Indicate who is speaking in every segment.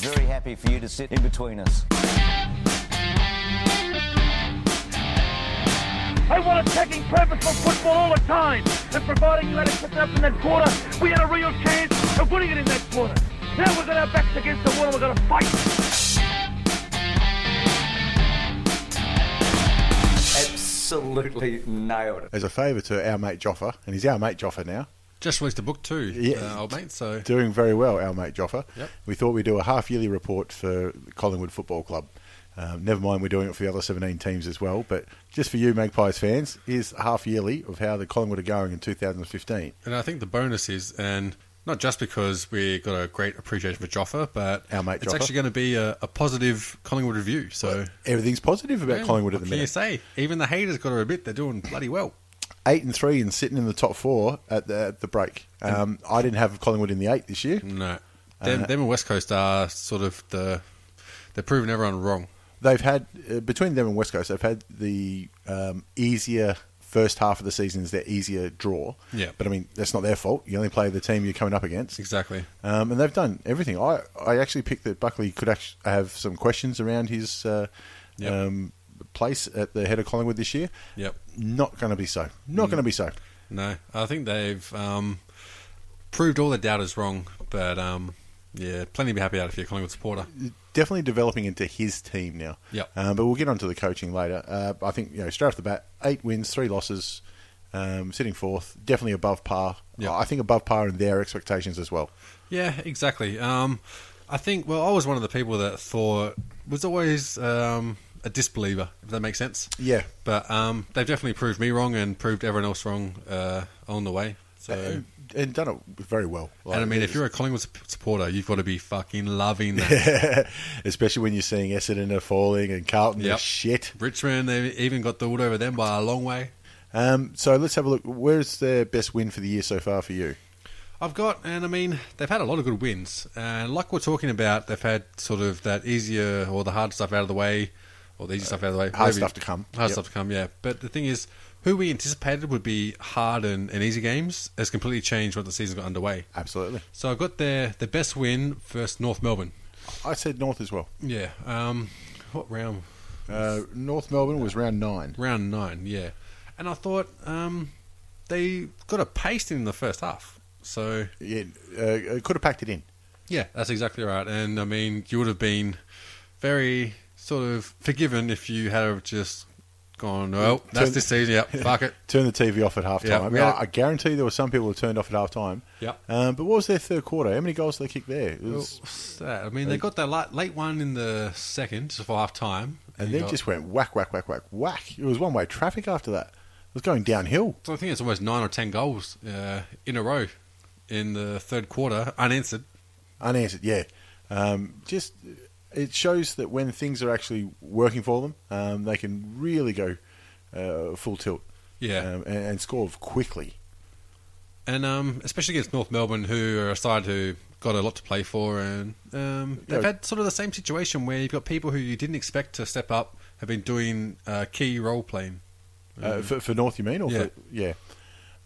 Speaker 1: Very happy for you to sit in between us.
Speaker 2: I want attacking purposeful football all the time. And providing you had it picked up in that quarter, we had a real chance of winning it in that quarter. Now we've got our backs against the wall and we're going to fight.
Speaker 3: Absolutely nailed it.
Speaker 4: As a favour to our mate Joffa, and he's our mate Joffa now.
Speaker 5: Just released a book too,
Speaker 4: Yeah.
Speaker 5: uh, old mate. So
Speaker 4: Doing very well, our mate Joffa.
Speaker 5: Yep.
Speaker 4: We thought we'd do a half yearly report for Collingwood Football Club. Um, never mind, we're doing it for the other 17 teams as well. But just for you, Magpies fans, here's half yearly of how the Collingwood are going in 2015.
Speaker 5: And I think the bonus is, and not just because we got a great appreciation for Joffa, but
Speaker 4: Our mate
Speaker 5: it's
Speaker 4: Joffa.
Speaker 5: actually going to be a, a positive Collingwood review. So
Speaker 4: Everything's positive about
Speaker 5: Yeah,
Speaker 4: Collingwood at
Speaker 5: what
Speaker 4: the
Speaker 5: can
Speaker 4: minute.
Speaker 5: you say? Even the haters got to admit they're doing bloody well.
Speaker 4: Eight and three and sitting in the top four at the, at the break. Um, I didn't have Collingwood in the eight this year.
Speaker 5: No,
Speaker 4: Uh,
Speaker 5: them, them and West Coast are sort of the they're proving everyone wrong.
Speaker 4: they've had uh, between them and West Coast, they've had the um, easier first half of the season is their easier draw.
Speaker 5: Yeah.
Speaker 4: but I mean that's not their fault. You only play the team you're coming up against.
Speaker 5: Exactly.
Speaker 4: Um, and they've done everything. I, I actually picked that Buckley could act- have some questions around his uh,
Speaker 5: Yep.
Speaker 4: um, place at the head of Collingwood this year.
Speaker 5: Yep. Mm.
Speaker 4: Not going to be so. Not going to be so.
Speaker 5: No, I think they've um, proved all their doubters wrong. But um, yeah, plenty to be happy out if you're a Collingwood supporter.
Speaker 4: definitely developing into his team now.
Speaker 5: Yep.
Speaker 4: Um, but we'll get onto the coaching later. Uh, I think you know straight off the bat, eight wins, three losses, um, sitting fourth, definitely above par.
Speaker 5: Yep.
Speaker 4: I think above par in their expectations as well.
Speaker 5: Yeah, exactly. Um, I think. Well, I was one of the people that thought was always um, a disbeliever. If that makes sense.
Speaker 4: Yeah.
Speaker 5: But um, they've definitely proved me wrong and proved everyone else wrong uh, on the way. So.
Speaker 4: And, and done it very well.
Speaker 5: and I mean, if you're a Collingwood sup- supporter, you've got to be fucking loving that.
Speaker 4: especially when you're seeing Essendon are falling and Carlton are
Speaker 5: Yep.
Speaker 4: shit.
Speaker 5: Richmond, they even got the wood over them by a long way.
Speaker 4: Um, so let's have a look. Where's their best win for the year so far for you?
Speaker 5: I've got, and I mean, they've had a lot of good wins. And like we're talking about, they've had sort of that easier or the hard stuff out of the way, or the easy stuff out of the way.
Speaker 4: Uh, hard
Speaker 5: Maybe-
Speaker 4: stuff to come.
Speaker 5: Hard
Speaker 4: Yep.
Speaker 5: stuff to come, yeah. But the thing is, who we anticipated would be hard and, and easy games has completely changed when the season got underway.
Speaker 4: Absolutely.
Speaker 5: So I've got their, their best win versus North Melbourne.
Speaker 4: I said North as well.
Speaker 5: Yeah. Um, what round?
Speaker 4: Uh, North Melbourne was round nine.
Speaker 5: Round nine, yeah. And I thought um, they got a pasting in the first half. So
Speaker 4: Yeah, uh, could have packed it in.
Speaker 5: Yeah, that's exactly right. And I mean, you would have been very sort of forgiven if you had have just gone, well, that's
Speaker 4: Turn-
Speaker 5: this season. Yep, fuck it.
Speaker 4: Turn the TV off at half
Speaker 5: Yeah,
Speaker 4: time.
Speaker 5: we had-
Speaker 4: I, I guarantee there were some people who turned off at half time.
Speaker 5: Yeah.
Speaker 4: Um, but what was their third quarter? How many goals did they kick there? It was-
Speaker 5: What's that? I mean, they got that late, late one in the second for half time.
Speaker 4: and they
Speaker 5: got-
Speaker 4: just went whack, whack, whack, whack, whack. It was one way traffic after that. It was going downhill.
Speaker 5: So I think it's almost nine or ten goals uh, in a row in the third quarter, unanswered.
Speaker 4: Unanswered, yeah. Um, just it shows that when things are actually working for them, um, they can really go uh, full tilt.
Speaker 5: Yeah.
Speaker 4: Um, and, and score quickly.
Speaker 5: And um, especially against North Melbourne, who are a side who got a lot to play for, and um, they've
Speaker 4: Yeah.
Speaker 5: had sort of the same situation where you've got people who you didn't expect to step up have been doing uh, key role playing.
Speaker 4: Uh, for, for North, you mean? Or
Speaker 5: Mm-hmm. Yeah.
Speaker 4: For, yeah.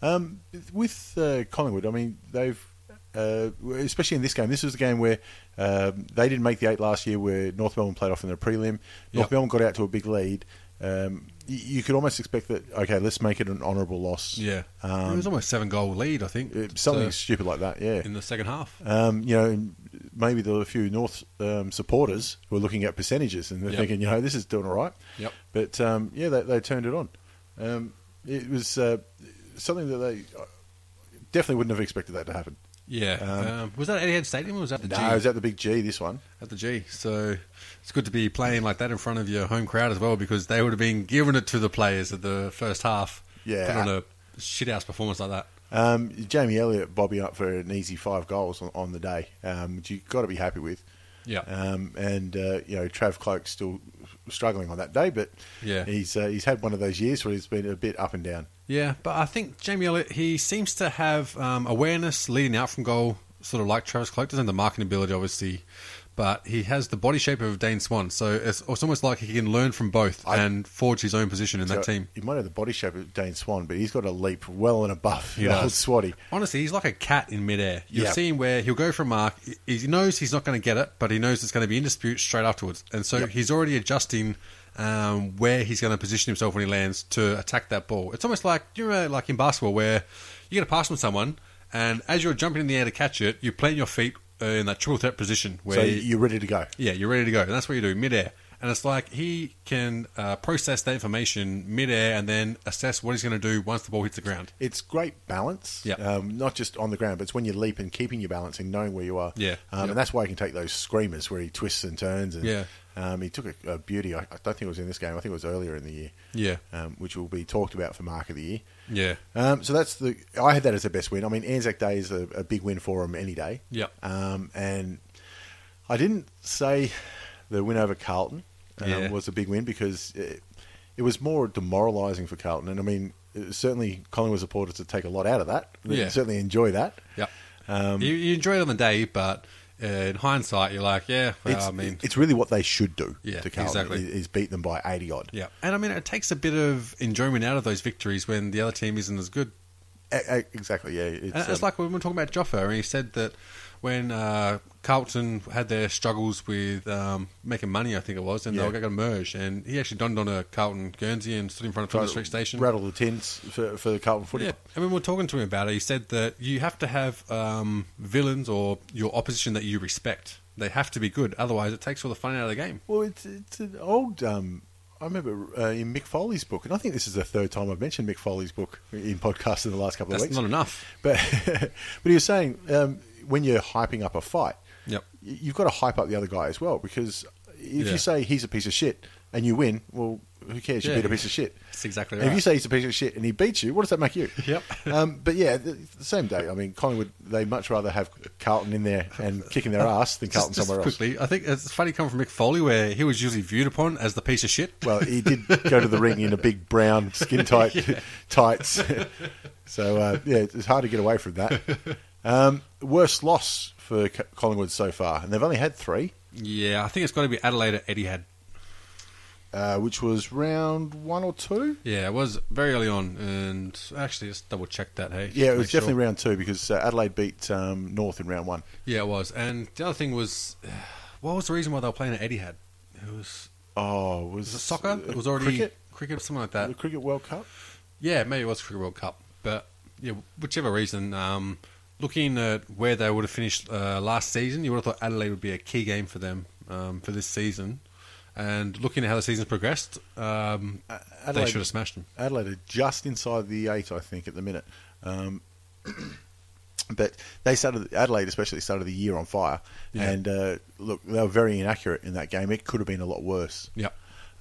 Speaker 4: Um, with uh, Collingwood, I mean, they've, uh, especially in this game, this was the game where um, they didn't make the eight last year, where North Melbourne played off in their prelim. North
Speaker 5: Yep.
Speaker 4: Melbourne got out to a big lead. Um, y- you could almost expect that, okay, let's make it an honourable loss.
Speaker 5: Yeah,
Speaker 4: Um,
Speaker 5: it was almost seven goal lead, I think.
Speaker 4: Uh, Something
Speaker 5: So,
Speaker 4: stupid like that, yeah.
Speaker 5: in the second half.
Speaker 4: Um, you know, and maybe there were a few North um, supporters who were looking at percentages and they're
Speaker 5: Yep.
Speaker 4: thinking, you know, this is doing all right.
Speaker 5: Yep.
Speaker 4: But um, yeah, they, they turned it on. Um, it was uh, something that they uh, definitely wouldn't have expected that to happen.
Speaker 5: Yeah,
Speaker 4: um,
Speaker 5: um, was that Etihad Stadium or was that the
Speaker 4: No,
Speaker 5: G?
Speaker 4: it was at the big G this one.
Speaker 5: at the G. So it's good to be playing like that in front of your home crowd as well, because they would have been giving it to the players at the first half.
Speaker 4: Yeah.
Speaker 5: put on a shithouse performance like that.
Speaker 4: Um, Jamie Elliott bobbing up for an easy five goals on, on the day, um, which you've got to be happy with.
Speaker 5: Yeah.
Speaker 4: Um, and uh, you know Trav Cloak's still struggling on that day, but
Speaker 5: Yeah.
Speaker 4: he's uh, he's had one of those years where he's been a bit up and down.
Speaker 5: Yeah, but I think Jamie Elliott, he seems to have um, awareness leading out from goal, sort of like Travis Cloak. Doesn't have the marking ability, obviously, but he has the body shape of Dane Swan. So it's, it's almost like he can learn from both
Speaker 4: I-
Speaker 5: and forge his own position in that
Speaker 4: So
Speaker 5: team.
Speaker 4: He might have the body shape of Dane Swan, but he's got a leap well and above
Speaker 5: He
Speaker 4: the old
Speaker 5: does.
Speaker 4: Swatty.
Speaker 5: Honestly, he's like a cat in midair. You've
Speaker 4: Yeah.
Speaker 5: seen where he'll go for a mark. He he knows he's not going to get it, but he knows it's going to be in dispute straight afterwards. And so he's already adjusting um, where he's going to position himself when he lands to attack that ball. It's almost like, do you remember, like in basketball, where you get a pass from someone, and as you're jumping in the air to catch it, you plant your feet uh, in that triple threat position where
Speaker 4: So you're ready to go.
Speaker 5: yeah, you're ready to go. And that's what you do midair. And it's like he can uh, process that information midair and then assess what he's going to do once the ball hits the ground.
Speaker 4: It's great balance,
Speaker 5: Yeah.
Speaker 4: um, not just on the ground, but it's when you leap and keeping your balance and knowing where you are.
Speaker 5: Yeah.
Speaker 4: Um,
Speaker 5: Yep.
Speaker 4: And that's why he can take those screamers where he twists and turns. And,
Speaker 5: Yeah.
Speaker 4: Um, he took a, a beauty. I, I don't think it was in this game. I think it was earlier in the year.
Speaker 5: Yeah.
Speaker 4: Um, which will be talked about for Mark of the Year.
Speaker 5: Yeah.
Speaker 4: Um, so that's the. I had that as the best win. I mean, Anzac Day is a, a big win for him any day.
Speaker 5: Yep.
Speaker 4: Um, and I didn't say the win over Carlton um,
Speaker 5: Yeah.
Speaker 4: was a big win because it, it was more demoralising for Carlton. And I mean, it- certainly Collingwood supporters would take a lot out of that. They
Speaker 5: Yeah.
Speaker 4: certainly enjoy that.
Speaker 5: Yeah. you, you enjoy it on the day, but uh, in hindsight, you're like, yeah, well,
Speaker 4: It's,
Speaker 5: I mean,
Speaker 4: it's really what they should do
Speaker 5: Yeah,
Speaker 4: to Carlton
Speaker 5: exactly.
Speaker 4: is- is beat them by 80 odd.
Speaker 5: yeah. And I mean, it takes a bit of enjoyment out of those victories when the other team isn't as good.
Speaker 4: E- e- exactly, yeah. It's,
Speaker 5: And
Speaker 4: um,
Speaker 5: it's like when we were talking about Joffa, and he said that when uh, Carlton had their struggles with um, making money, I think it was, and
Speaker 4: Yeah.
Speaker 5: they were going to merge, and he actually donned on a Carlton Guernsey and stood in front of Flinders Street Station.
Speaker 4: Rattle the tins for, for the Carlton footy.
Speaker 5: Yeah,
Speaker 4: club.
Speaker 5: and when we were talking to him about it, he said that you have to have um, villains or your opposition that you respect. They have to be good, otherwise it takes all the fun out of the game.
Speaker 4: Well, it's it's an old. Um, I remember uh, in Mick Foley's book, and I think this is the third time I've mentioned Mick Foley's book in podcasts in the last couple
Speaker 5: That's
Speaker 4: of weeks.
Speaker 5: not enough.
Speaker 4: But but he was saying um, when you're hyping up a fight,
Speaker 5: Yep.
Speaker 4: y- you've got to hype up the other guy as well because if
Speaker 5: Yeah.
Speaker 4: you say he's a piece of shit and you win, well, who cares? You
Speaker 5: Yeah.
Speaker 4: beat a piece of shit.
Speaker 5: That's exactly
Speaker 4: And If
Speaker 5: right.
Speaker 4: you say he's a piece of shit and he beats you, what does that make you?
Speaker 5: Yep.
Speaker 4: um, but yeah, the, the same day. I mean, Collingwood they much rather have Carlton in there and kicking their ass than Carlton somewhere else.
Speaker 5: quickly, I think it's funny coming from Mick Foley, where he was usually viewed upon as the piece of shit.
Speaker 4: Well, he did go to the ring in a big brown skin tight tights. so uh, yeah, it's hard to get away from that. Um, worst loss for C- Collingwood so far, and they've only had three,
Speaker 5: yeah, I think it's got to be Adelaide at Etihad.
Speaker 4: uh, which was round one or two.
Speaker 5: Yeah, it was very early on, and actually, just double check that. Hey,
Speaker 4: Yeah, it
Speaker 5: Make
Speaker 4: was definitely
Speaker 5: sure.
Speaker 4: round two because uh, Adelaide beat um, North in round one.
Speaker 5: Yeah, it was. And the other thing was, what was the reason why they were playing at Etihad? It was,
Speaker 4: Oh, was
Speaker 5: was it soccer?
Speaker 4: uh,
Speaker 5: It was already
Speaker 4: cricket?
Speaker 5: cricket or something like that.
Speaker 4: The Cricket World Cup.
Speaker 5: Yeah, maybe it was Cricket World Cup, but yeah, whichever reason, um, looking at where they would have finished uh, last season, you would have thought Adelaide would be a key game for them um, for this season. And looking at how the season's progressed, um, they
Speaker 4: Adelaide-
Speaker 5: should have smashed them.
Speaker 4: Adelaide are just inside the eight, I think, at the minute. Um, but they started Adelaide, especially started the year on fire,
Speaker 5: Yeah.
Speaker 4: and uh, look, they were very inaccurate in that game. It could have been a lot worse.
Speaker 5: Yeah,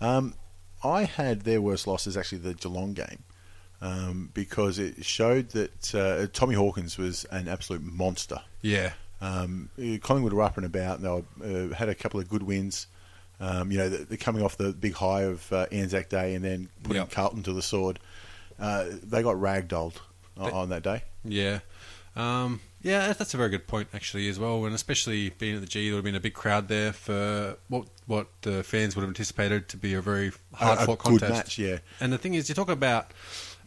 Speaker 4: Um, I had their worst loss is actually the Geelong game um, because it showed that uh, Tommy Hawkins was an absolute monster.
Speaker 5: yeah,
Speaker 4: Um, Collingwood were up and about, and they were, uh, had a couple of good wins. Um, you know, they're coming off the big high of uh, Anzac Day and then putting
Speaker 5: Yep.
Speaker 4: Carlton to the sword. Uh, they got ragdolled o-
Speaker 5: They-
Speaker 4: on that day.
Speaker 5: yeah, um, yeah. that- That's a very good point actually as well. And especially being at the G, there would have been a big crowd there for what what the fans would have anticipated to be a very hard
Speaker 4: a
Speaker 5: fought
Speaker 4: good
Speaker 5: contest.
Speaker 4: match, yeah.
Speaker 5: And the thing is, you talk about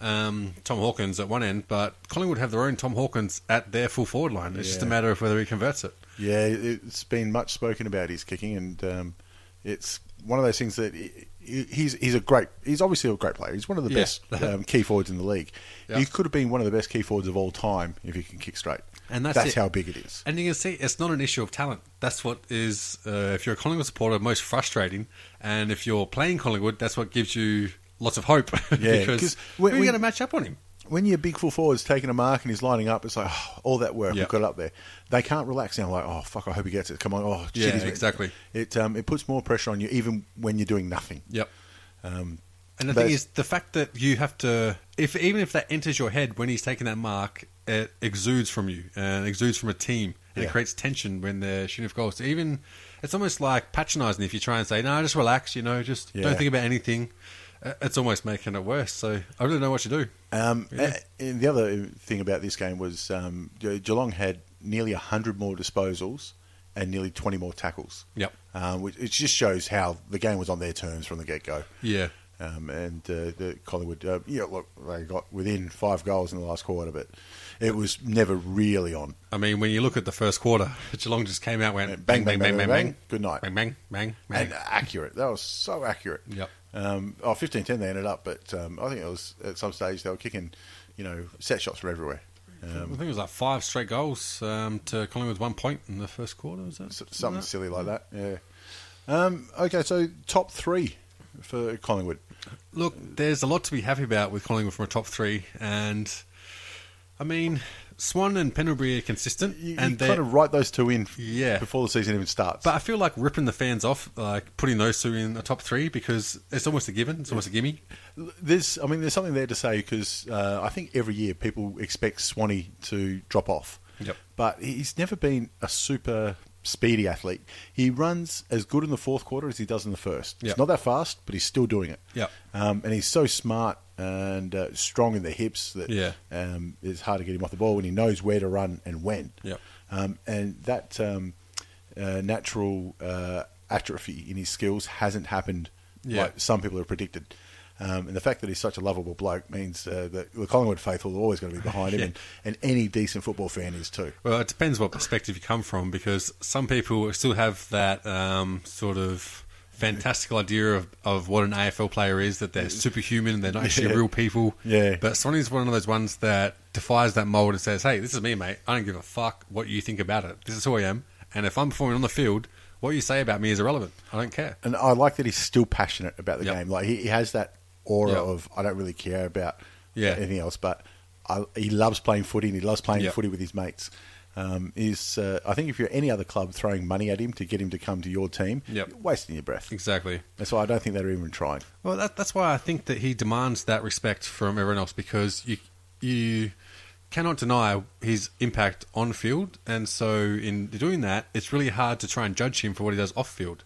Speaker 5: um, Tom Hawkins at one end, but Collingwood have their own Tom Hawkins at their full forward line. It's just a
Speaker 4: Yeah.
Speaker 5: matter of whether he converts it.
Speaker 4: Yeah, it's been much spoken about his kicking, and um, it's one of those things that he- he- he's he's a great he's obviously a great player. He's one of the
Speaker 5: Yeah.
Speaker 4: best um, key forwards in the league.
Speaker 5: Yeah.
Speaker 4: He could have been one of the best key forwards of all time if he can kick straight.
Speaker 5: And that's it.
Speaker 4: how big it is.
Speaker 5: And you can see it's not an issue of talent. That's what is, uh, if you're a Collingwood supporter, most frustrating. And if you're playing Collingwood, that's what gives you lots of hope.
Speaker 4: Yeah,
Speaker 5: because
Speaker 4: 'cause
Speaker 5: we're
Speaker 4: when-
Speaker 5: going to
Speaker 4: when-
Speaker 5: match up on him.
Speaker 4: when your big full forward's taking a mark and he's lining up, it's like oh, all that work
Speaker 5: Yeah.
Speaker 4: we've got up there. They can't relax now. Like oh fuck, I hope he gets it. Come on, oh shit,
Speaker 5: Yeah,
Speaker 4: he's-
Speaker 5: exactly.
Speaker 4: It um, it puts more pressure on you even when you're doing nothing.
Speaker 5: Yep.
Speaker 4: Um,
Speaker 5: And the
Speaker 4: But-
Speaker 5: thing is, the fact that you have to, if even if that enters your head when he's taking that mark, it exudes from you and exudes from a team, and
Speaker 4: Yeah.
Speaker 5: it creates tension when they're shooting for goals. So even it's almost like patronising if you try and say, "No, just relax," you know, just
Speaker 4: Yeah.
Speaker 5: don't think about anything. Uh, It's almost making it worse. So I really don't know what to do.
Speaker 4: Um, a- and the other thing about this game was um, Ge- Geelong had nearly 100 more disposals and nearly 20 more tackles.
Speaker 5: Yep.
Speaker 4: Um, which it just shows how the game was on their terms from the get go.
Speaker 5: Yeah.
Speaker 4: Um, and uh, the Collingwood, uh, yeah, look, they got within five goals in the last quarter, but it was never really on.
Speaker 5: I mean, when you look at the first quarter, Geelong just came out, went
Speaker 4: Bang, bang, bang, bang, bang. Good night.
Speaker 5: bang, bang, bang, bang.
Speaker 4: And uh, accurate. That was so accurate.
Speaker 5: Yep.
Speaker 4: Um, oh, 15 10 they ended up, but um, I think it was at some stage they were kicking, you know, set shots from everywhere.
Speaker 5: I think it was like five straight goals um, to Collingwood's one point in the first quarter. Was that
Speaker 4: S- something silly like that. Yeah. Um, okay, so top three for Collingwood.
Speaker 5: Look, there's a lot to be happy about with Collingwood from a top three, and I mean, Swan and Pendlebury are consistent,
Speaker 4: You,
Speaker 5: and
Speaker 4: you
Speaker 5: they.
Speaker 4: kind of write those two in f-
Speaker 5: Yeah.
Speaker 4: before the season even starts.
Speaker 5: But I feel like ripping the fans off, like putting those two in the top three, because it's almost a given, it's almost a gimme.
Speaker 4: there's, I mean, there's something there to say because uh, I think every year people expect Swanee to drop off.
Speaker 5: Yep.
Speaker 4: But he's never been a super speedy athlete. He runs as good in the fourth quarter as he does in the first. It's
Speaker 5: Yep.
Speaker 4: not that fast, but he's still doing it.
Speaker 5: Yep.
Speaker 4: Um, and he's so smart and uh, strong in the hips that
Speaker 5: Yeah.
Speaker 4: um, it's hard to get him off the ball when he knows where to run and when.
Speaker 5: Yep.
Speaker 4: Um, and that um, uh, natural uh, atrophy in his skills hasn't happened
Speaker 5: Yeah.
Speaker 4: like some people have predicted. Um, and the fact that he's such a lovable bloke means uh, that the Collingwood faithful are always going to be behind him,
Speaker 5: Yeah.
Speaker 4: and, and any decent football fan is too.
Speaker 5: Well, it depends what perspective you come from, because some people still have that um, sort of fantastical idea of, of what an AFL player is, that they're superhuman and they're not actually
Speaker 4: Yeah.
Speaker 5: real people.
Speaker 4: Yeah.
Speaker 5: But Sonny's one of those ones that defies that mold and says, hey, this is me, mate. I don't give a fuck what you think about it. This is who I am. And if I'm performing on the field, what you say about me is irrelevant. I don't care.
Speaker 4: And I like that he's still passionate about the
Speaker 5: Yep.
Speaker 4: game. Like he, he has that aura
Speaker 5: Yep.
Speaker 4: of I don't really care about
Speaker 5: Yeah.
Speaker 4: anything else, but I, he loves playing footy and he loves playing
Speaker 5: Yep.
Speaker 4: footy with his mates. Um, is uh, I think if you're any other club throwing money at him to get him to come to your team,
Speaker 5: Yep.
Speaker 4: you're wasting your breath.
Speaker 5: Exactly.
Speaker 4: That's why I don't think they're even trying.
Speaker 5: Well, that, that's why I think that he demands that respect from everyone else because you you cannot deny his impact on field, and so in doing that, it's really hard to try and judge him for what he does off field.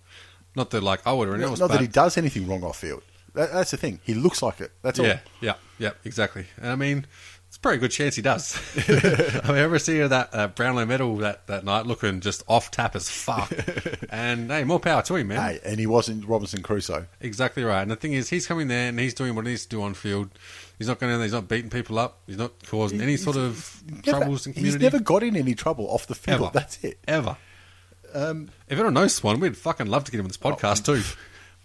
Speaker 5: Not that like I would or
Speaker 4: Not,
Speaker 5: anyone else,
Speaker 4: not
Speaker 5: but-
Speaker 4: that he does anything wrong off field. That, that's the thing. He looks like it. That's all.
Speaker 5: yeah, yeah, yeah, exactly. And I mean, it's a pretty good chance he does. I mean, ever see that uh, Brownlow medal that, that night looking just off tap as fuck? and hey, more power to him, man.
Speaker 4: Hey, and he wasn't Robinson Crusoe.
Speaker 5: Exactly right. And the thing is, he's coming there and he's doing what he needs to do on field. He's not going in there. He's not beating people up. He's not causing any sort of
Speaker 4: Never-
Speaker 5: troubles in community.
Speaker 4: He's never got in any trouble off the field.
Speaker 5: ever.
Speaker 4: That's it. Um,
Speaker 5: Ever. if anyone knows Swan, we'd fucking love to get him
Speaker 4: Oh,
Speaker 5: on this podcast too.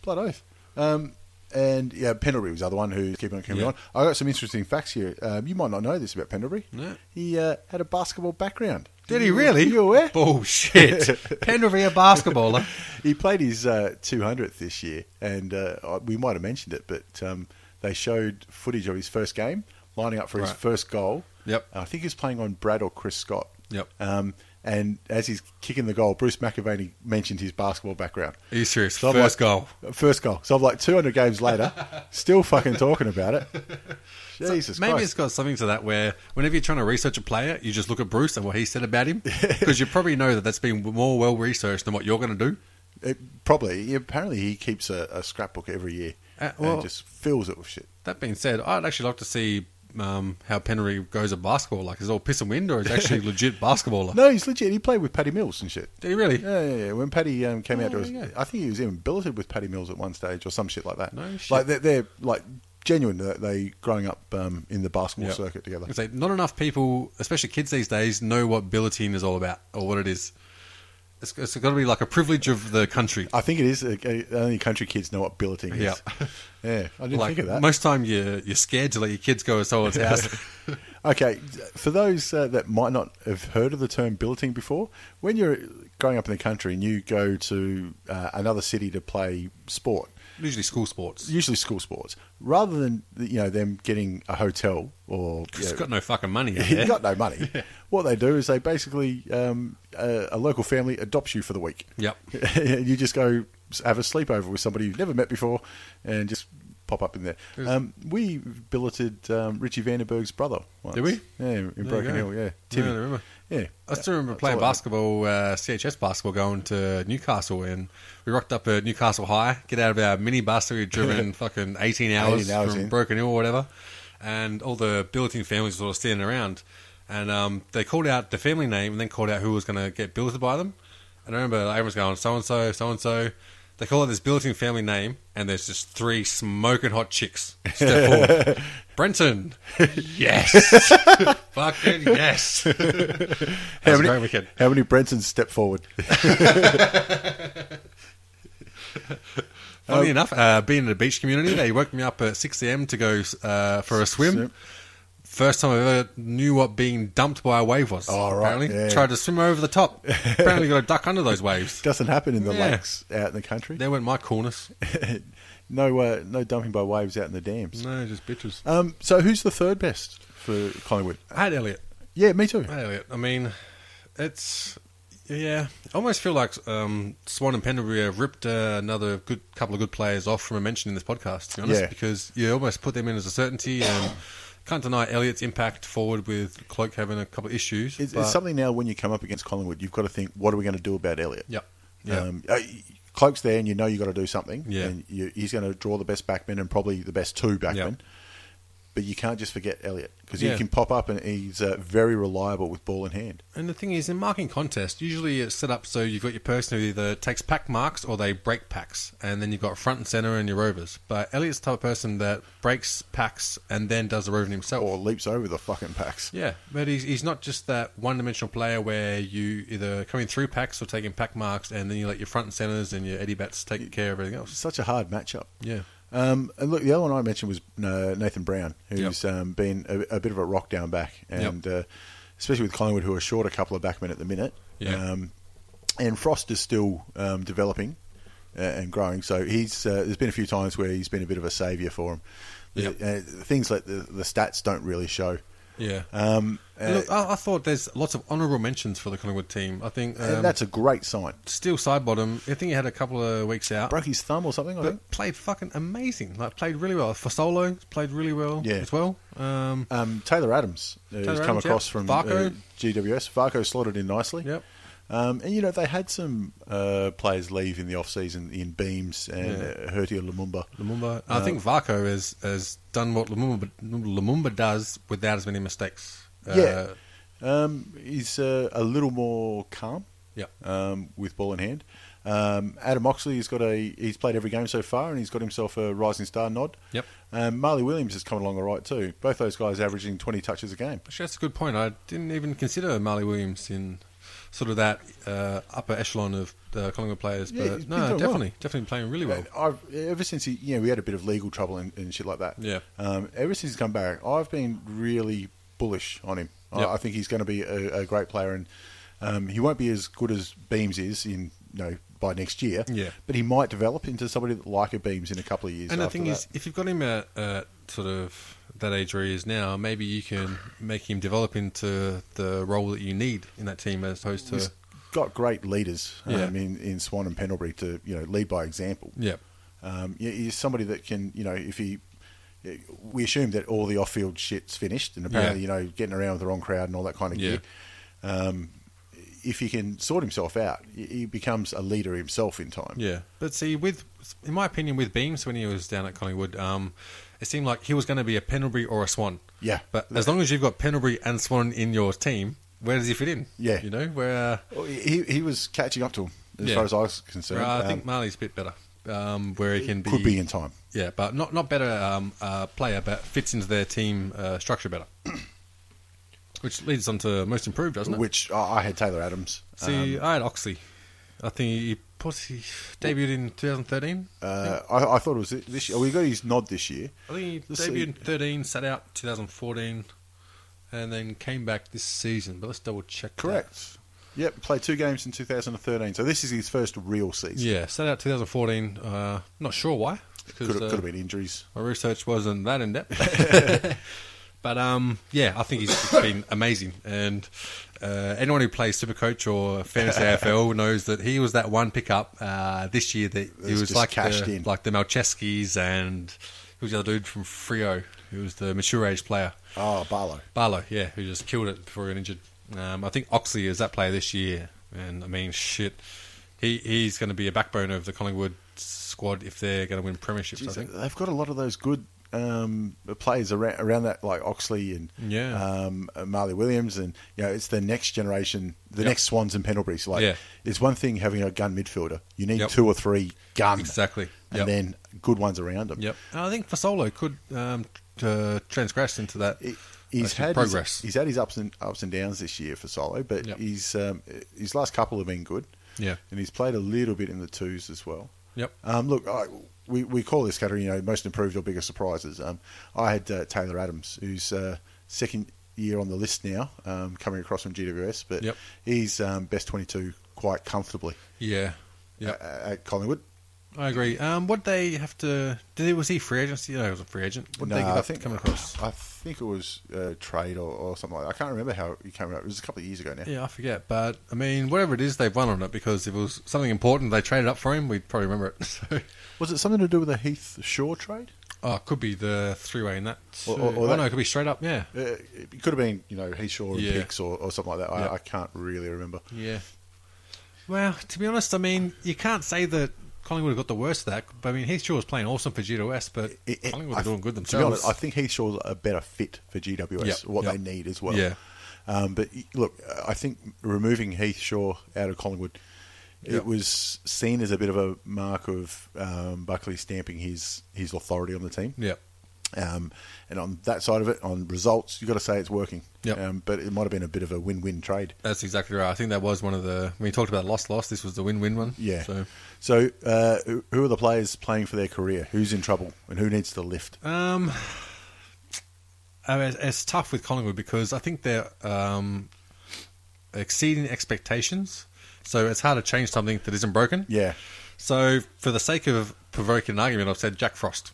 Speaker 4: Blood oath. Um, and yeah, Pendlebury was the other one who's keeping on keeping
Speaker 5: Yeah.
Speaker 4: on. I got some interesting facts here. Um, you might not know this about Pendlebury.
Speaker 5: No.
Speaker 4: He uh, had a basketball background.
Speaker 5: Did he really?
Speaker 4: You aware?
Speaker 5: Bullshit. Pendervere basketballer.
Speaker 4: He played his uh, 200th this year, and uh, I- we might have mentioned it, but um, they showed footage of his first game, lining up for his
Speaker 5: Right.
Speaker 4: first goal. Uh,
Speaker 5: Yep.
Speaker 4: I think he was playing on Brad or Chris Scott.
Speaker 5: Yep.
Speaker 4: Um, and as he's kicking the goal, Bruce McAvaney mentioned his basketball background.
Speaker 5: Are you serious?
Speaker 4: I'm
Speaker 5: First
Speaker 4: like-
Speaker 5: goal.
Speaker 4: First goal. So I'm like 200 games later, still fucking talking about it. Jesus
Speaker 5: Maybe
Speaker 4: Christ.
Speaker 5: it's got something to that where whenever you're trying to research a player, you just look at Bruce and what he said about him because you probably know that that's been more well researched than what you're going to do.
Speaker 4: It- probably. Apparently, he keeps a, a scrapbook every year
Speaker 5: Uh, well-
Speaker 4: and just fills it with shit.
Speaker 5: That being said, I'd actually like to see um, how Pennery goes at basketball. Like, is it all piss and wind, or is he actually a legit basketballer?
Speaker 4: No, he's legit. He played with Paddy Mills and shit.
Speaker 5: Did he really?
Speaker 4: Yeah, yeah, yeah. When Paddy um, came
Speaker 5: Oh,
Speaker 4: out to us,
Speaker 5: there you go.
Speaker 4: I think he was even billeted with Paddy Mills at one stage or some shit like that.
Speaker 5: No shit.
Speaker 4: Like they're, they're like genuine. They, they growing up um, in the basketball
Speaker 5: Yeah.
Speaker 4: circuit together.
Speaker 5: I'd say not enough people, especially kids these days, know what billeting is all about or what it is. It's, it's got to be like a privilege of the country.
Speaker 4: I think it is. Uh, uh, only country kids know what billeting is.
Speaker 5: Yeah.
Speaker 4: yeah. I didn't
Speaker 5: Like
Speaker 4: think of that.
Speaker 5: most time, you're you're scared to let your kids go to someone's house.
Speaker 4: Okay, for those uh, that might not have heard of the term billeting before, when you're growing up in the country and you go to uh, another city to play sport,
Speaker 5: Usually school sports.
Speaker 4: usually school sports, rather than you know them getting a hotel or you
Speaker 5: It's
Speaker 4: know,
Speaker 5: got no fucking money. out there.
Speaker 4: you've got no money, what they do is they basically um, a, a local family adopts you for the week.
Speaker 5: Yep.
Speaker 4: you just go have a sleepover with somebody you've never met before, and just pop up in there. Um, we billeted um, Richie Vandenberg's brother. Once.
Speaker 5: Did we?
Speaker 4: Yeah, in
Speaker 5: you
Speaker 4: Broken
Speaker 5: go.
Speaker 4: Hill. Yeah,
Speaker 5: Yeah, I
Speaker 4: Timmy.
Speaker 5: remember.
Speaker 4: Yeah,
Speaker 5: I still remember
Speaker 4: That's
Speaker 5: playing
Speaker 4: all I-
Speaker 5: basketball, uh, CHS basketball, going to Newcastle, and we rocked up at Newcastle High, get out of our mini bus that we'd driven fucking 18 hours,
Speaker 4: 18 hours
Speaker 5: from
Speaker 4: in.
Speaker 5: Broken Hill or whatever, and all the billeting families were sort of standing around, and um, they called out the family name and then called out who was going to get billeted by them, and I remember like, everyone's going, so-and-so, so-and-so, they call out this billeting family name, and there's just three smoking hot chicks step forward. Brenton, yes, fucking yes. That was a
Speaker 4: many-
Speaker 5: great weekend.
Speaker 4: How many Brentons step forward?
Speaker 5: Funny enough, uh, being in the beach community, they woke me up at 6 a.m. to go uh, for a swim.
Speaker 4: Swim.
Speaker 5: First time I ever knew what being dumped by a wave was.
Speaker 4: Oh, right,
Speaker 5: Apparently,
Speaker 4: yeah.
Speaker 5: tried to swim over the top. apparently, got to duck under those waves.
Speaker 4: Doesn't happen in the
Speaker 5: Yeah.
Speaker 4: lakes out in the country.
Speaker 5: There went my coolness.
Speaker 4: no, uh, no dumping by waves out in the dams.
Speaker 5: No, just bitches.
Speaker 4: Um, so who's the third best for Collingwood?
Speaker 5: I had Elliot.
Speaker 4: Yeah, me too.
Speaker 5: I had Elliot. I mean, it's yeah. I almost feel like um, Swan and Pendlebury have ripped uh, another good couple of good players off from a mention in this podcast. To be honest,
Speaker 4: Yeah.
Speaker 5: because you almost put them in as a certainty and. Can't deny Elliot's impact forward with Cloak having a couple of issues.
Speaker 4: It's,
Speaker 5: but-
Speaker 4: it's something now when you come up against Collingwood, you've got to think, what are we going to do about Elliot?
Speaker 5: Yep. Yeah.
Speaker 4: Um, uh, Cloak's there, and you know you've got to do something.
Speaker 5: Yeah.
Speaker 4: And you, he's going to draw the best backman and probably the best two backmen.
Speaker 5: Yep.
Speaker 4: But you can't just forget Elliot because
Speaker 5: Yeah.
Speaker 4: he can pop up and he's uh, very reliable with ball in hand.
Speaker 5: And the thing is, in marking contests, usually it's set up so you've got your person who either takes pack marks or they break packs, and then you've got front and center and your rovers. But Elliot's the type of person that breaks packs and then does the roving himself.
Speaker 4: Or leaps over the fucking packs.
Speaker 5: yeah, but he's, he's not just that one dimensional player where you either coming through packs or taking pack marks, and then you let your front and centers and your Eddie Bats take care of everything else.
Speaker 4: Such a hard matchup.
Speaker 5: Yeah.
Speaker 4: Um, and look, the other one I mentioned was uh, Nathan Brown, who's um, been a, a bit of a rock down back, and uh, especially with Collingwood, who are short a couple of backmen at the minute.
Speaker 5: Yeah.
Speaker 4: Um, and Frost is still um, developing uh, and growing, so he's uh, there's been a few times where he's been a bit of a saviour for him. The-
Speaker 5: Yep.
Speaker 4: uh, things like the, the stats don't really show.
Speaker 5: Yeah.
Speaker 4: Um, uh,
Speaker 5: Look, I, I thought there's lots of honourable mentions for the Collingwood team. I think
Speaker 4: and
Speaker 5: um,
Speaker 4: that's a great sign.
Speaker 5: still side bottom. I think he had a couple of weeks out.
Speaker 4: Broke his thumb or something, I think.
Speaker 5: but played fucking amazing. Like played really well for solo. Played really well
Speaker 4: Yeah.
Speaker 5: as well. Um,
Speaker 4: Um, Taylor Adams uh, has
Speaker 5: Taylor
Speaker 4: come
Speaker 5: Adams,
Speaker 4: across
Speaker 5: yep.
Speaker 4: from
Speaker 5: Varco.
Speaker 4: Uh, GWS. Varco slotted in nicely.
Speaker 5: Yep.
Speaker 4: Um, and you know they had some uh, players leave in the off season in Beams and uh, Herty or Lumumba.
Speaker 5: Lumumba.
Speaker 4: uh,
Speaker 5: I think Varco has has done what Lumumba Lumumba does without as many mistakes. Uh,
Speaker 4: Yeah, um, he's uh, a little more calm.
Speaker 5: Yep.
Speaker 4: um, with ball in hand. Um, Adam Oxley has got a he's played every game so far and he's got himself a rising star nod.
Speaker 5: Yep.
Speaker 4: Um, Marley Williams has come along all right too. Both those guys averaging twenty touches a game.
Speaker 5: Actually, that's a good point. I didn't even consider Marley Williams in sort of that uh, upper echelon of uh, Collingwood players,
Speaker 4: Yeah,
Speaker 5: but
Speaker 4: he's been
Speaker 5: no,
Speaker 4: doing
Speaker 5: definitely,
Speaker 4: well.
Speaker 5: definitely playing really well.
Speaker 4: I've ever since he, you know, we had a bit of legal trouble and, and shit like that.
Speaker 5: Yeah.
Speaker 4: Um, ever since he's come back, I've been really bullish on him.
Speaker 5: Yep.
Speaker 4: I, I think he's going to be a, a great player, and um, he won't be as good as Beams is in you know by next year.
Speaker 5: Yeah.
Speaker 4: But he might develop into somebody that like a Beams in a couple of years.
Speaker 5: And the
Speaker 4: after
Speaker 5: thing
Speaker 4: that.
Speaker 5: is, if you've got him at, at sort of that age where he is now, maybe you can make him develop into the role that you need in that team as opposed to.
Speaker 4: he's got great leaders
Speaker 5: Yeah.
Speaker 4: um, in, in Swan and Pendlebury to you know lead by example.
Speaker 5: Yep.
Speaker 4: Um, yeah, he's somebody that can, you know, if he, we assume that all the off-field shit's finished, and apparently,
Speaker 5: Yeah.
Speaker 4: you know, getting around with the wrong crowd and all that kind of
Speaker 5: Yeah.
Speaker 4: gear. Um, if he can sort himself out, he- he becomes a leader himself in time.
Speaker 5: Yeah, but see, with in my opinion, with Beams when he was down at Collingwood, um, it seemed like he was going to be a Pendlebury or a Swan.
Speaker 4: Yeah.
Speaker 5: but as long as you've got Pendlebury and Swan in your team, where does he fit in?
Speaker 4: Yeah.
Speaker 5: you know, where, uh,
Speaker 4: Well, He he was catching up to him as
Speaker 5: Yeah.
Speaker 4: far as I was
Speaker 5: where uh,
Speaker 4: concerned.
Speaker 5: I
Speaker 4: Um,
Speaker 5: think Marley's a bit better, um, where he can be,
Speaker 4: could be in time.
Speaker 5: yeah, but not not better um, uh, player, but fits into their team uh, structure better, which leads on to most improved, doesn't it?
Speaker 4: Which um, oh, I had Taylor Adams.
Speaker 5: see, I had Oxley. I think he, he debuted in 2013.
Speaker 4: Uh, I, I thought it was this year. Well, he got his nod this year.
Speaker 5: I think he
Speaker 4: Let's
Speaker 5: debuted
Speaker 4: see.
Speaker 5: in 13, sat out 2014, and then came back this season. But let's double check. that.
Speaker 4: Correct. Yep, played two games in 2013. So this is his first real season.
Speaker 5: Yeah, sat out 2014. Uh, not sure why.
Speaker 4: could,
Speaker 5: Because
Speaker 4: have,
Speaker 5: uh,
Speaker 4: could have been injuries.
Speaker 5: my research wasn't that in depth. but um, yeah, I think he's been amazing. And uh, anyone who plays Supercoach or Fantasy AFL knows that he was that one pickup uh, this year that he
Speaker 4: It's
Speaker 5: was
Speaker 4: just
Speaker 5: like
Speaker 4: cashed
Speaker 5: the,
Speaker 4: in.
Speaker 5: like the Malcheskis and who's the other dude from Frio, who was the mature age player.
Speaker 4: Oh, Barlow.
Speaker 5: Barlow, yeah, who just killed it before he got injured. Um, I think Oxley is that player this year, and I mean, shit, he he's going to be a backbone of the Collingwood squad if they're going to win premierships. I
Speaker 4: Jeez, uh,
Speaker 5: think.
Speaker 4: they've got a lot of those good um, players around, around that, like Oxley and
Speaker 5: Yeah.
Speaker 4: um, Marley Williams, and you know it's the next generation, the
Speaker 5: Yep.
Speaker 4: next Swans and Pendlebury's. Like,
Speaker 5: Yeah.
Speaker 4: it's one thing having a gun midfielder; you need
Speaker 5: Yep.
Speaker 4: two or three gun
Speaker 5: Exactly.
Speaker 4: and
Speaker 5: Yep.
Speaker 4: then good ones around them.
Speaker 5: Yep, and I think Fasolo could um, t- uh, transgress into that.
Speaker 4: He- He's
Speaker 5: that
Speaker 4: had
Speaker 5: progress.
Speaker 4: His, he's had his ups and ups and downs this year for Solo, but
Speaker 5: Yep.
Speaker 4: he's um, his last couple have been good.
Speaker 5: Yeah.
Speaker 4: and he's played a little bit in the twos as well.
Speaker 5: Yep.
Speaker 4: Um, look, I, we, we call this category, you know, most improved or biggest surprises. Um, I had uh, Taylor Adams, who's uh, second year on the list now, um, coming across from GWS, but
Speaker 5: Yep.
Speaker 4: he's um, best 22 quite comfortably a-
Speaker 5: yeah, yeah,
Speaker 4: a- at Collingwood.
Speaker 5: I agree. Um, what they have to? Did he, was he free agency? No, he wasn't free agent. What
Speaker 4: No,
Speaker 5: they give
Speaker 4: I
Speaker 5: up
Speaker 4: think
Speaker 5: coming across?
Speaker 4: I think it was uh, trade or, or something like that. I can't remember how he came out. It was a couple of years ago now.
Speaker 5: Yeah, I forget, but I mean, whatever it is, they've won on it because if it was something important, they traded up for him. We'd probably remember it. So,
Speaker 4: Was it something to do with the Heath Shaw trade?
Speaker 5: oh, it could be the three-way in that.
Speaker 4: Or-
Speaker 5: too.
Speaker 4: or- or
Speaker 5: oh
Speaker 4: that-
Speaker 5: no, it could be straight up. Yeah,
Speaker 4: Uh, it could have been, you know, Heath Shaw and
Speaker 5: Yeah.
Speaker 4: Picks or, or something like that.
Speaker 5: Yeah.
Speaker 4: I, I can't really remember.
Speaker 5: yeah. Well, to be honest, I mean, you can't say that Collingwood have got the worst of that. But, I mean, Heath Shaw was playing awesome for GWS, but
Speaker 4: It- it-
Speaker 5: Collingwood
Speaker 4: I-
Speaker 5: are doing good
Speaker 4: To be
Speaker 5: themselves.
Speaker 4: honest, I think Heath Shaw's a better fit for GWS,
Speaker 5: Yep,
Speaker 4: what
Speaker 5: yep.
Speaker 4: they need as well.
Speaker 5: Yeah.
Speaker 4: Um, but y- look, I think removing Heath Shaw out of Collingwood,
Speaker 5: Yep.
Speaker 4: it was seen as a bit of a mark of um, Buckley stamping his, his authority on the team.
Speaker 5: yeah,
Speaker 4: Um, and on that side of it, on results, you've got to say it's working.
Speaker 5: Yep.
Speaker 4: Um, but it might have been a bit of a win win trade.
Speaker 5: that's exactly right. I think that was one of the when you talked about loss loss. This was the win-win one.
Speaker 4: Yeah.
Speaker 5: So,
Speaker 4: So, uh, who- who are the players playing for their career? Who's in trouble and who needs to lift?
Speaker 5: Um, I mean, oh, it's, it's tough with Collingwood because I think they're um, exceeding expectations. So it's hard to change something that isn't broken.
Speaker 4: yeah.
Speaker 5: So for the sake of provoking an argument, I've said Jack Frost.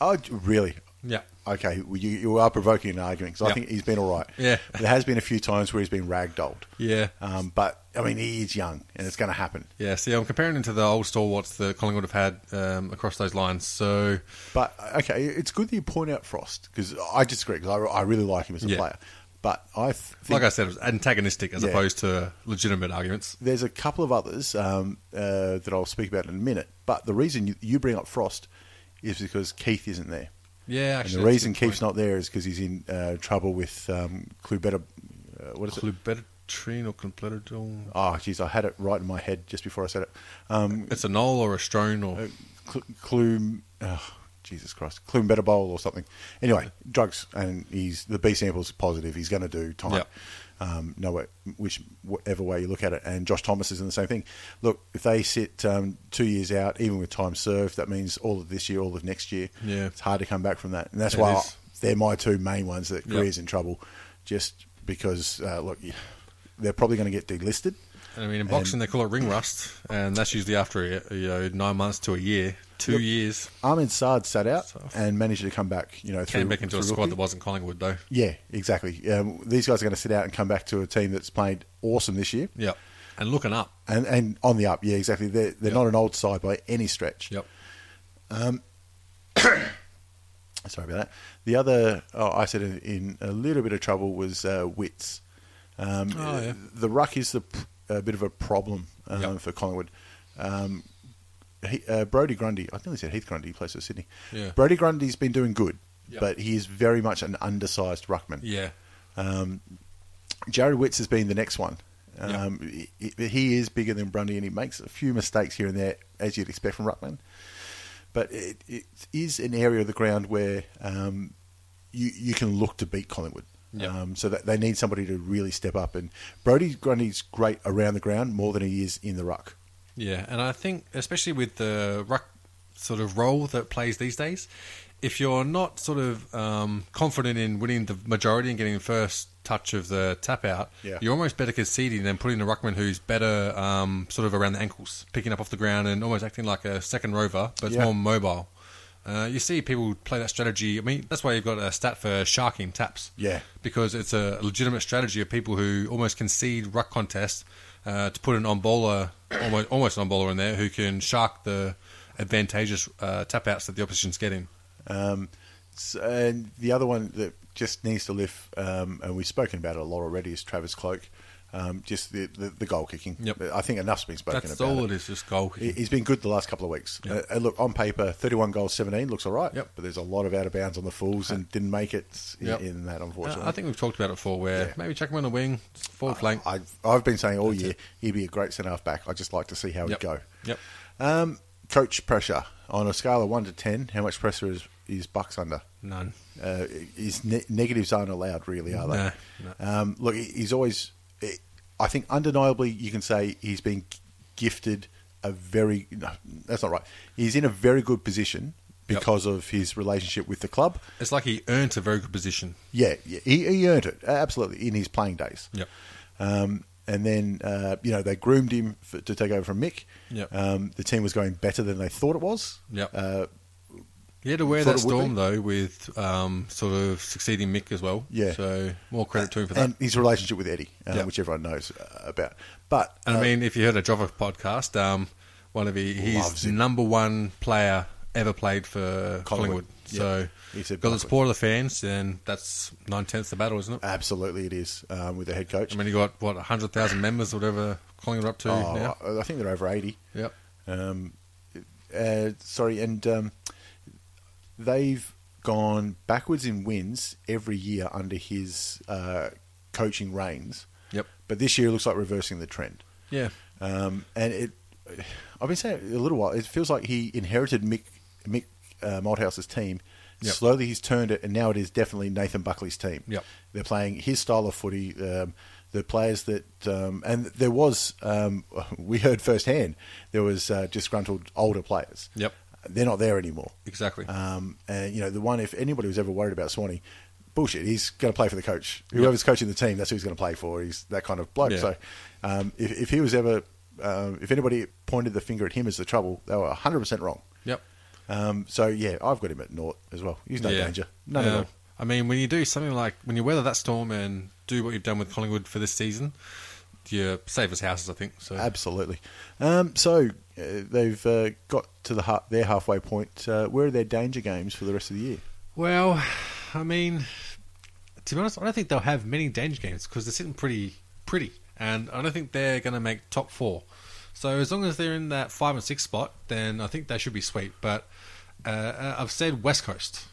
Speaker 4: Oh, d- really?
Speaker 5: Yeah.
Speaker 4: Okay, well, you, you are provoking an argument because
Speaker 5: Yeah.
Speaker 4: I think he's been all right.
Speaker 5: Yeah.
Speaker 4: There has been a few times where he's been ragdolled.
Speaker 5: Yeah.
Speaker 4: Um, but, I mean, he is young and it's going to happen.
Speaker 5: Yeah. See, I'm comparing him to the old stalwarts that Collingwood have had um, across those lines. So
Speaker 4: But, okay, it's good that you point out Frost because I disagree because I, I really like him as a
Speaker 5: Yeah.
Speaker 4: player. But I think.
Speaker 5: like I said, it was antagonistic as
Speaker 4: Yeah.
Speaker 5: opposed to legitimate arguments.
Speaker 4: there's a couple of others um, uh, that I'll speak about in a minute. But the reason you, you bring up Frost is because Keith isn't there.
Speaker 5: Yeah. Actually,
Speaker 4: and the
Speaker 5: that's a
Speaker 4: reason
Speaker 5: good
Speaker 4: Keith's
Speaker 5: point.
Speaker 4: not there is because he's in uh, trouble with um, Clubetta. Uh, what is it?
Speaker 5: Clubetrine or Completador.
Speaker 4: Oh, jeez, I had it right in my head just before I said it. Um, uh,
Speaker 5: It's a knoll or a strone or.
Speaker 4: Cl- Clume, oh, Jesus Christ, Clume Better Bowl or something. Anyway, drugs, and he's the B sample's positive. He's going to do time.
Speaker 5: Yep.
Speaker 4: Um, no, way, which whatever way you look at it, and Josh Thomas is in the same thing. Look, if they sit um, two years out, even with time served, that means all of this year, all of next year.
Speaker 5: Yeah.
Speaker 4: it's hard to come back from that, and that's
Speaker 5: It
Speaker 4: why
Speaker 5: is.
Speaker 4: they're my two main ones that
Speaker 5: Yep.
Speaker 4: careers in trouble, just because uh, look, you- they're probably going to get delisted.
Speaker 5: And I mean, in boxing, they call it ring rust, and that's usually after you know nine months to a year, two years.
Speaker 4: Ahmed Saad sat out
Speaker 5: So-
Speaker 4: and managed to come back, you know, through,
Speaker 5: Came back into a
Speaker 4: through
Speaker 5: squad
Speaker 4: rookie.
Speaker 5: that wasn't Collingwood, though.
Speaker 4: Yeah, exactly. Um, these guys are going to sit out and come back to a team that's played awesome this year
Speaker 5: Yep. And looking up.
Speaker 4: and, and on the up. Yeah, exactly. They're, they're
Speaker 5: Yep.
Speaker 4: not an old side by any stretch.
Speaker 5: Yep.
Speaker 4: Sorry about that. The other, oh, I said in, in a little bit of trouble was uh, Wits. Um,
Speaker 5: Oh, yeah.
Speaker 4: The ruck is the, p- a bit of a problem um,
Speaker 5: Yep.
Speaker 4: for Collingwood. Um, he, uh, Brody Grundy, I nearly said Heath Grundy, he plays for Sydney.
Speaker 5: Yeah.
Speaker 4: Brody Grundy's been doing good,
Speaker 5: Yep.
Speaker 4: but he is very much an undersized ruckman.
Speaker 5: Yeah.
Speaker 4: Um, Jared Witz has been the next one.
Speaker 5: Yeah.
Speaker 4: Um, he, he is bigger than Brundy, and he makes a few mistakes here and there, as you'd expect from Ruckman. But it, it is an area of the ground where um, you you can look to beat Collingwood.
Speaker 5: Yeah.
Speaker 4: Um, so that they need somebody to really step up. And Brody Grundy's great around the ground more than he is in the ruck.
Speaker 5: Yeah. And I think, especially with the ruck sort of role that plays these days, if you're not sort of um, confident in winning the majority and getting the first touch of the tap out,
Speaker 4: Yeah.
Speaker 5: you're almost better conceding than putting a ruckman who's better um, sort of around the ankles, picking up off the ground and almost acting like a second rover, but it's
Speaker 4: Yeah.
Speaker 5: more mobile. Uh, you see people play that strategy. I mean, that's why you've got a stat for sharking taps.
Speaker 4: Yeah.
Speaker 5: Because it's a legitimate strategy of people who almost concede ruck contests uh, to put an on bowler, almost, almost an on bowler in there, who can shark the advantageous uh, tap outs that the opposition's getting.
Speaker 4: Um, s and the other one that just needs to live, um, and we've spoken about it a lot already, is Travis Cloak. Um, just the, the, the goal kicking.
Speaker 5: Yep.
Speaker 4: I think enough's been spoken
Speaker 5: That's
Speaker 4: about.
Speaker 5: all it is, just goal
Speaker 4: He-
Speaker 5: kicking.
Speaker 4: He's been good the last couple of weeks. Uh, uh, look, on paper, 31 goals, 17 looks all right.
Speaker 5: Yep. Uh,
Speaker 4: But there's a lot of out of bounds on the Fools and didn't make it Uh, in,
Speaker 5: Yep.
Speaker 4: in that,
Speaker 5: Uh,
Speaker 4: unfortunately.
Speaker 5: I think we've talked about it before, where maybe chuck him on the wing, forward flank.
Speaker 4: I've, I've been saying all year he'd be a great centre half back. I just like to see how
Speaker 5: Yep.
Speaker 4: he'd go.
Speaker 5: Yep.
Speaker 4: Um, coach pressure on a scale of one to ten, how much pressure is is Bucks under?
Speaker 5: None.
Speaker 4: Uh, is ne- negatives aren't allowed, really, are they?
Speaker 5: No,
Speaker 4: Um, look, he- he's always. I think undeniably, you can say he's been gifted a very. No, that's not right. He's in a very good position
Speaker 5: Yep.
Speaker 4: because of his relationship with the club.
Speaker 5: It's like he earned a very good position.
Speaker 4: Yeah, yeah he, he earned it absolutely in his playing days.
Speaker 5: Yep. Mm.
Speaker 4: Um, and then uh, you know they groomed him for, to take over from Mick.
Speaker 5: Yep.
Speaker 4: Um, the team was going better than they thought it was.
Speaker 5: Yep.
Speaker 4: Uh,
Speaker 5: He had to wear
Speaker 4: Thought
Speaker 5: that
Speaker 4: it would
Speaker 5: storm though, with um, sort of succeeding Mick as well.
Speaker 4: Yeah.
Speaker 5: So more credit to him for that.
Speaker 4: and his relationship with Eddie, uh,
Speaker 5: Yep.
Speaker 4: which everyone knows uh, about. But
Speaker 5: And
Speaker 4: uh,
Speaker 5: I mean, if you heard a Jova podcast, um, one of his,
Speaker 4: Loves
Speaker 5: his
Speaker 4: it.
Speaker 5: number one player ever played for
Speaker 4: Collingwood.
Speaker 5: Collingwood. So
Speaker 4: He said
Speaker 5: got the
Speaker 4: Buckley.
Speaker 5: support of the fans, and that's nine tenths the battle,
Speaker 4: Uh,
Speaker 5: isn't it?
Speaker 4: absolutely, it is um, with the head coach.
Speaker 5: I mean, you got what hundred thousand members, or whatever Collingwood are up to
Speaker 4: Oh,
Speaker 5: now.
Speaker 4: I, I think they're over eighty.
Speaker 5: Yep.
Speaker 4: Um, uh, sorry, and um, they've gone backwards in wins every year under his uh, coaching reigns.
Speaker 5: Yep.
Speaker 4: But this year it looks like reversing the trend.
Speaker 5: Yeah.
Speaker 4: Um, and it, I've been saying it a little while. It feels like he inherited Mick Mick uh, Malthouse's team.
Speaker 5: Yep.
Speaker 4: Slowly he's turned it, and now it is definitely Nathan Buckley's team.
Speaker 5: Yep.
Speaker 4: They're playing his style of footy. Um, the players that, um, and there was, um, we heard firsthand, there was uh, disgruntled older players.
Speaker 5: Yep.
Speaker 4: They're not there anymore.
Speaker 5: Exactly.
Speaker 4: Um, and you know the one. If anybody was ever worried about Swanee, bullshit. He's going to play for the coach. Whoever's coaching the team, that's who he's going to play for. He's that kind of bloke.
Speaker 5: Yeah.
Speaker 4: So um, if, if he was ever, um, if anybody pointed the finger at him as the trouble, they were hundred percent wrong.
Speaker 5: yep.
Speaker 4: Um, so yeah, I've got him at naught as well. He's no
Speaker 5: Yeah.
Speaker 4: danger. None
Speaker 5: Yeah.
Speaker 4: at all.
Speaker 5: I mean, when you do something like when you weather that storm and do what you've done with Collingwood for this season, you save us houses, I think. So
Speaker 4: Absolutely. Um, so uh, they've uh, got to the ha- their halfway point. Uh, where are their danger games for the rest of the year?
Speaker 5: Well, I mean, to be honest, I don't think they'll have many danger games because they're sitting pretty, pretty, and I don't think they're going to make top four. So as long as they're in that five and six spot, then I think they should be sweet. But uh, uh, I've said West Coast.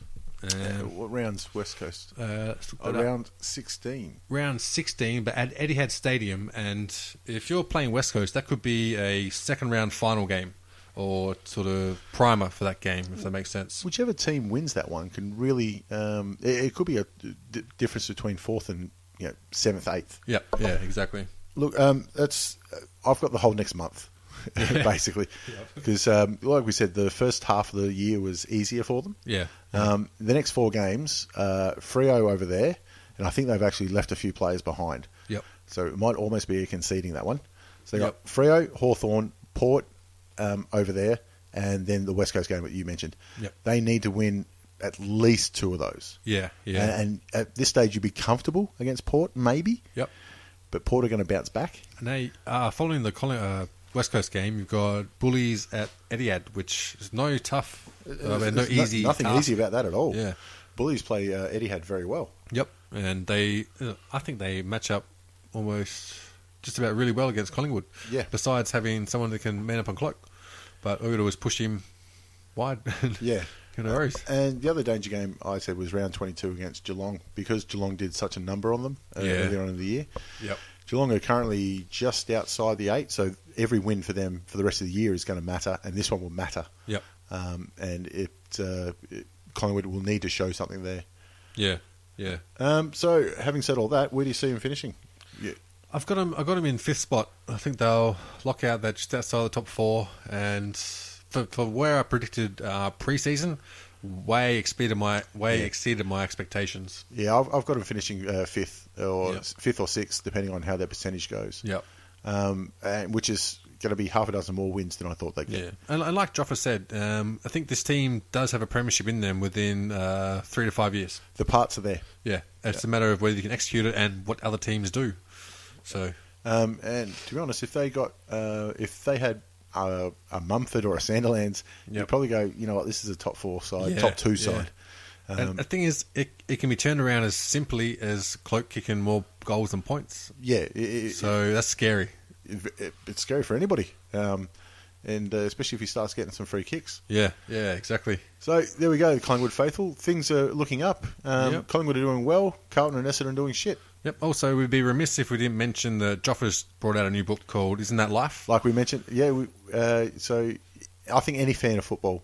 Speaker 4: Uh,
Speaker 5: Um,
Speaker 4: what rounds? West Coast.
Speaker 5: uh, let's look that up.
Speaker 4: Around sixteen.
Speaker 5: round 16, but at Etihad Stadium. And if you're playing West Coast, that could be a second round final game or sort of primer for that game, if that makes sense.
Speaker 4: Whichever team wins that one can really, um, it, it could be a d- difference between fourth and you know, seventh, eighth.
Speaker 5: Yeah, yeah, exactly.
Speaker 4: Look, um, that's uh, I've got the whole next month, basically, because um, like we said, the first half of the year was easier for them.
Speaker 5: Yeah.
Speaker 4: Um, the next four games, uh, Frio over there, and I think they've actually left a few players behind.
Speaker 5: Yep.
Speaker 4: So it might almost be a conceding that one. So they
Speaker 5: Yep.
Speaker 4: got Frio, Hawthorn, Port um, over there, and then the West Coast game that you mentioned.
Speaker 5: Yep.
Speaker 4: They need to win at least two of those.
Speaker 5: Yeah, yeah.
Speaker 4: And, and at this stage, you'd be comfortable against Port, maybe.
Speaker 5: Yep.
Speaker 4: But Port are going to bounce back.
Speaker 5: And they, uh, following the Colli- uh, West Coast game, you've got Bullies at Etihad, which is no tough, uh,
Speaker 4: There's
Speaker 5: no
Speaker 4: no-
Speaker 5: easy,
Speaker 4: nothing
Speaker 5: task.
Speaker 4: easy about that at all.
Speaker 5: Yeah.
Speaker 4: Bullies play uh, Etihad very well.
Speaker 5: Yep, and they, uh, I think they match up almost just about really well against Collingwood.
Speaker 4: Yeah.
Speaker 5: Besides having someone that can man up on cloak, but all we do is push him wide.
Speaker 4: Yeah. Uh,
Speaker 5: no worries.
Speaker 4: And the other danger game I said was round 22 against Geelong because Geelong did such a number on them uh,
Speaker 5: Yeah.
Speaker 4: earlier on in the year.
Speaker 5: Yep.
Speaker 4: Geelong are currently just outside the eight, so every win for them for the rest of the year is going to matter, and this one will matter.
Speaker 5: Yep.
Speaker 4: Um, and it, uh, it- Collingwood will need to show something there.
Speaker 5: Yeah. Yeah.
Speaker 4: Um, so, having said all that, where do you see them finishing? Yeah.
Speaker 5: I've got him. I got him in fifth spot. I think they'll lock out that just outside the top four. And for, for where I predicted uh, preseason, way exceeded my way exceeded my expectations.
Speaker 4: Yeah, I've, I've got them finishing uh, fifth or
Speaker 5: Yep.
Speaker 4: fifth or sixth, depending on how their percentage goes.
Speaker 5: Yep.
Speaker 4: Um, and, which is going to be half a dozen more wins than I thought they'd get.
Speaker 5: Yeah, and, and like Joffa said, um, I think this team does have a premiership in them within uh, three to five years.
Speaker 4: The parts are there.
Speaker 5: Yeah, it's a matter of whether you can execute it and what other teams do. So
Speaker 4: Um, and to be honest, if they got uh, if they had a, a Mumford or a Sanderlands, you'd
Speaker 5: Yep.
Speaker 4: probably go, you know what, this is a top four side,
Speaker 5: Yeah,
Speaker 4: Uh, top two
Speaker 5: yeah.
Speaker 4: side.
Speaker 5: and the thing is, it, it can be turned around as simply as Cloak kicking more goals than points.
Speaker 4: Yeah, it, it,
Speaker 5: So that's scary.
Speaker 4: it- it- it's scary for anybody, um, and uh, especially if he starts getting some free kicks.
Speaker 5: Yeah, yeah, exactly.
Speaker 4: So there we go, Collingwood faithful. Things are looking up. Um,
Speaker 5: Yep.
Speaker 4: Collingwood are doing well. Carlton and Essendon are doing shit.
Speaker 5: Yep. Also, we'd be remiss if we didn't mention that Joffa's brought out a new book called "Isn't That Life?"
Speaker 4: Like we mentioned, yeah. We, uh, so I think any fan of football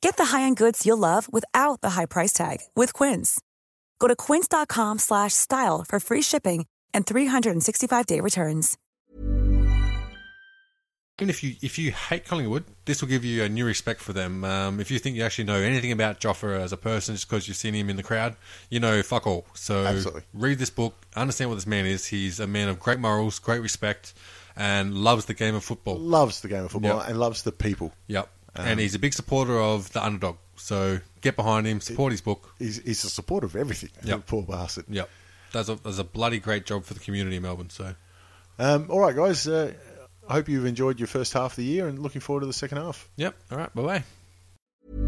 Speaker 6: Get the high-end goods you'll love without the high price tag with Quince. Go to quince.com/style slash style for free shipping and 365-day returns.
Speaker 5: even if you if you hate Collingwood, this will give you a new respect for them. Um, if you think you actually know anything about Joffa as a person, just because you've seen him in the crowd, you know fuck all. So
Speaker 4: Absolutely.
Speaker 5: read this book, understand what this man is. He's a man of great morals, great respect, and loves the game of football.
Speaker 4: Loves the game of football
Speaker 5: Yep.
Speaker 4: and loves the people.
Speaker 5: Yep, and he's a big supporter of the underdog. So get behind him, support his book.
Speaker 4: He's, he's a supporter of everything.
Speaker 5: Yep.
Speaker 4: Poor bastard.
Speaker 5: Yep, does a does a bloody great job for the community in Melbourne. So.
Speaker 4: Um, all right, guys. Uh, I hope you've enjoyed your first half of the year and looking forward to the second half.
Speaker 5: Yep. All right. Bye bye.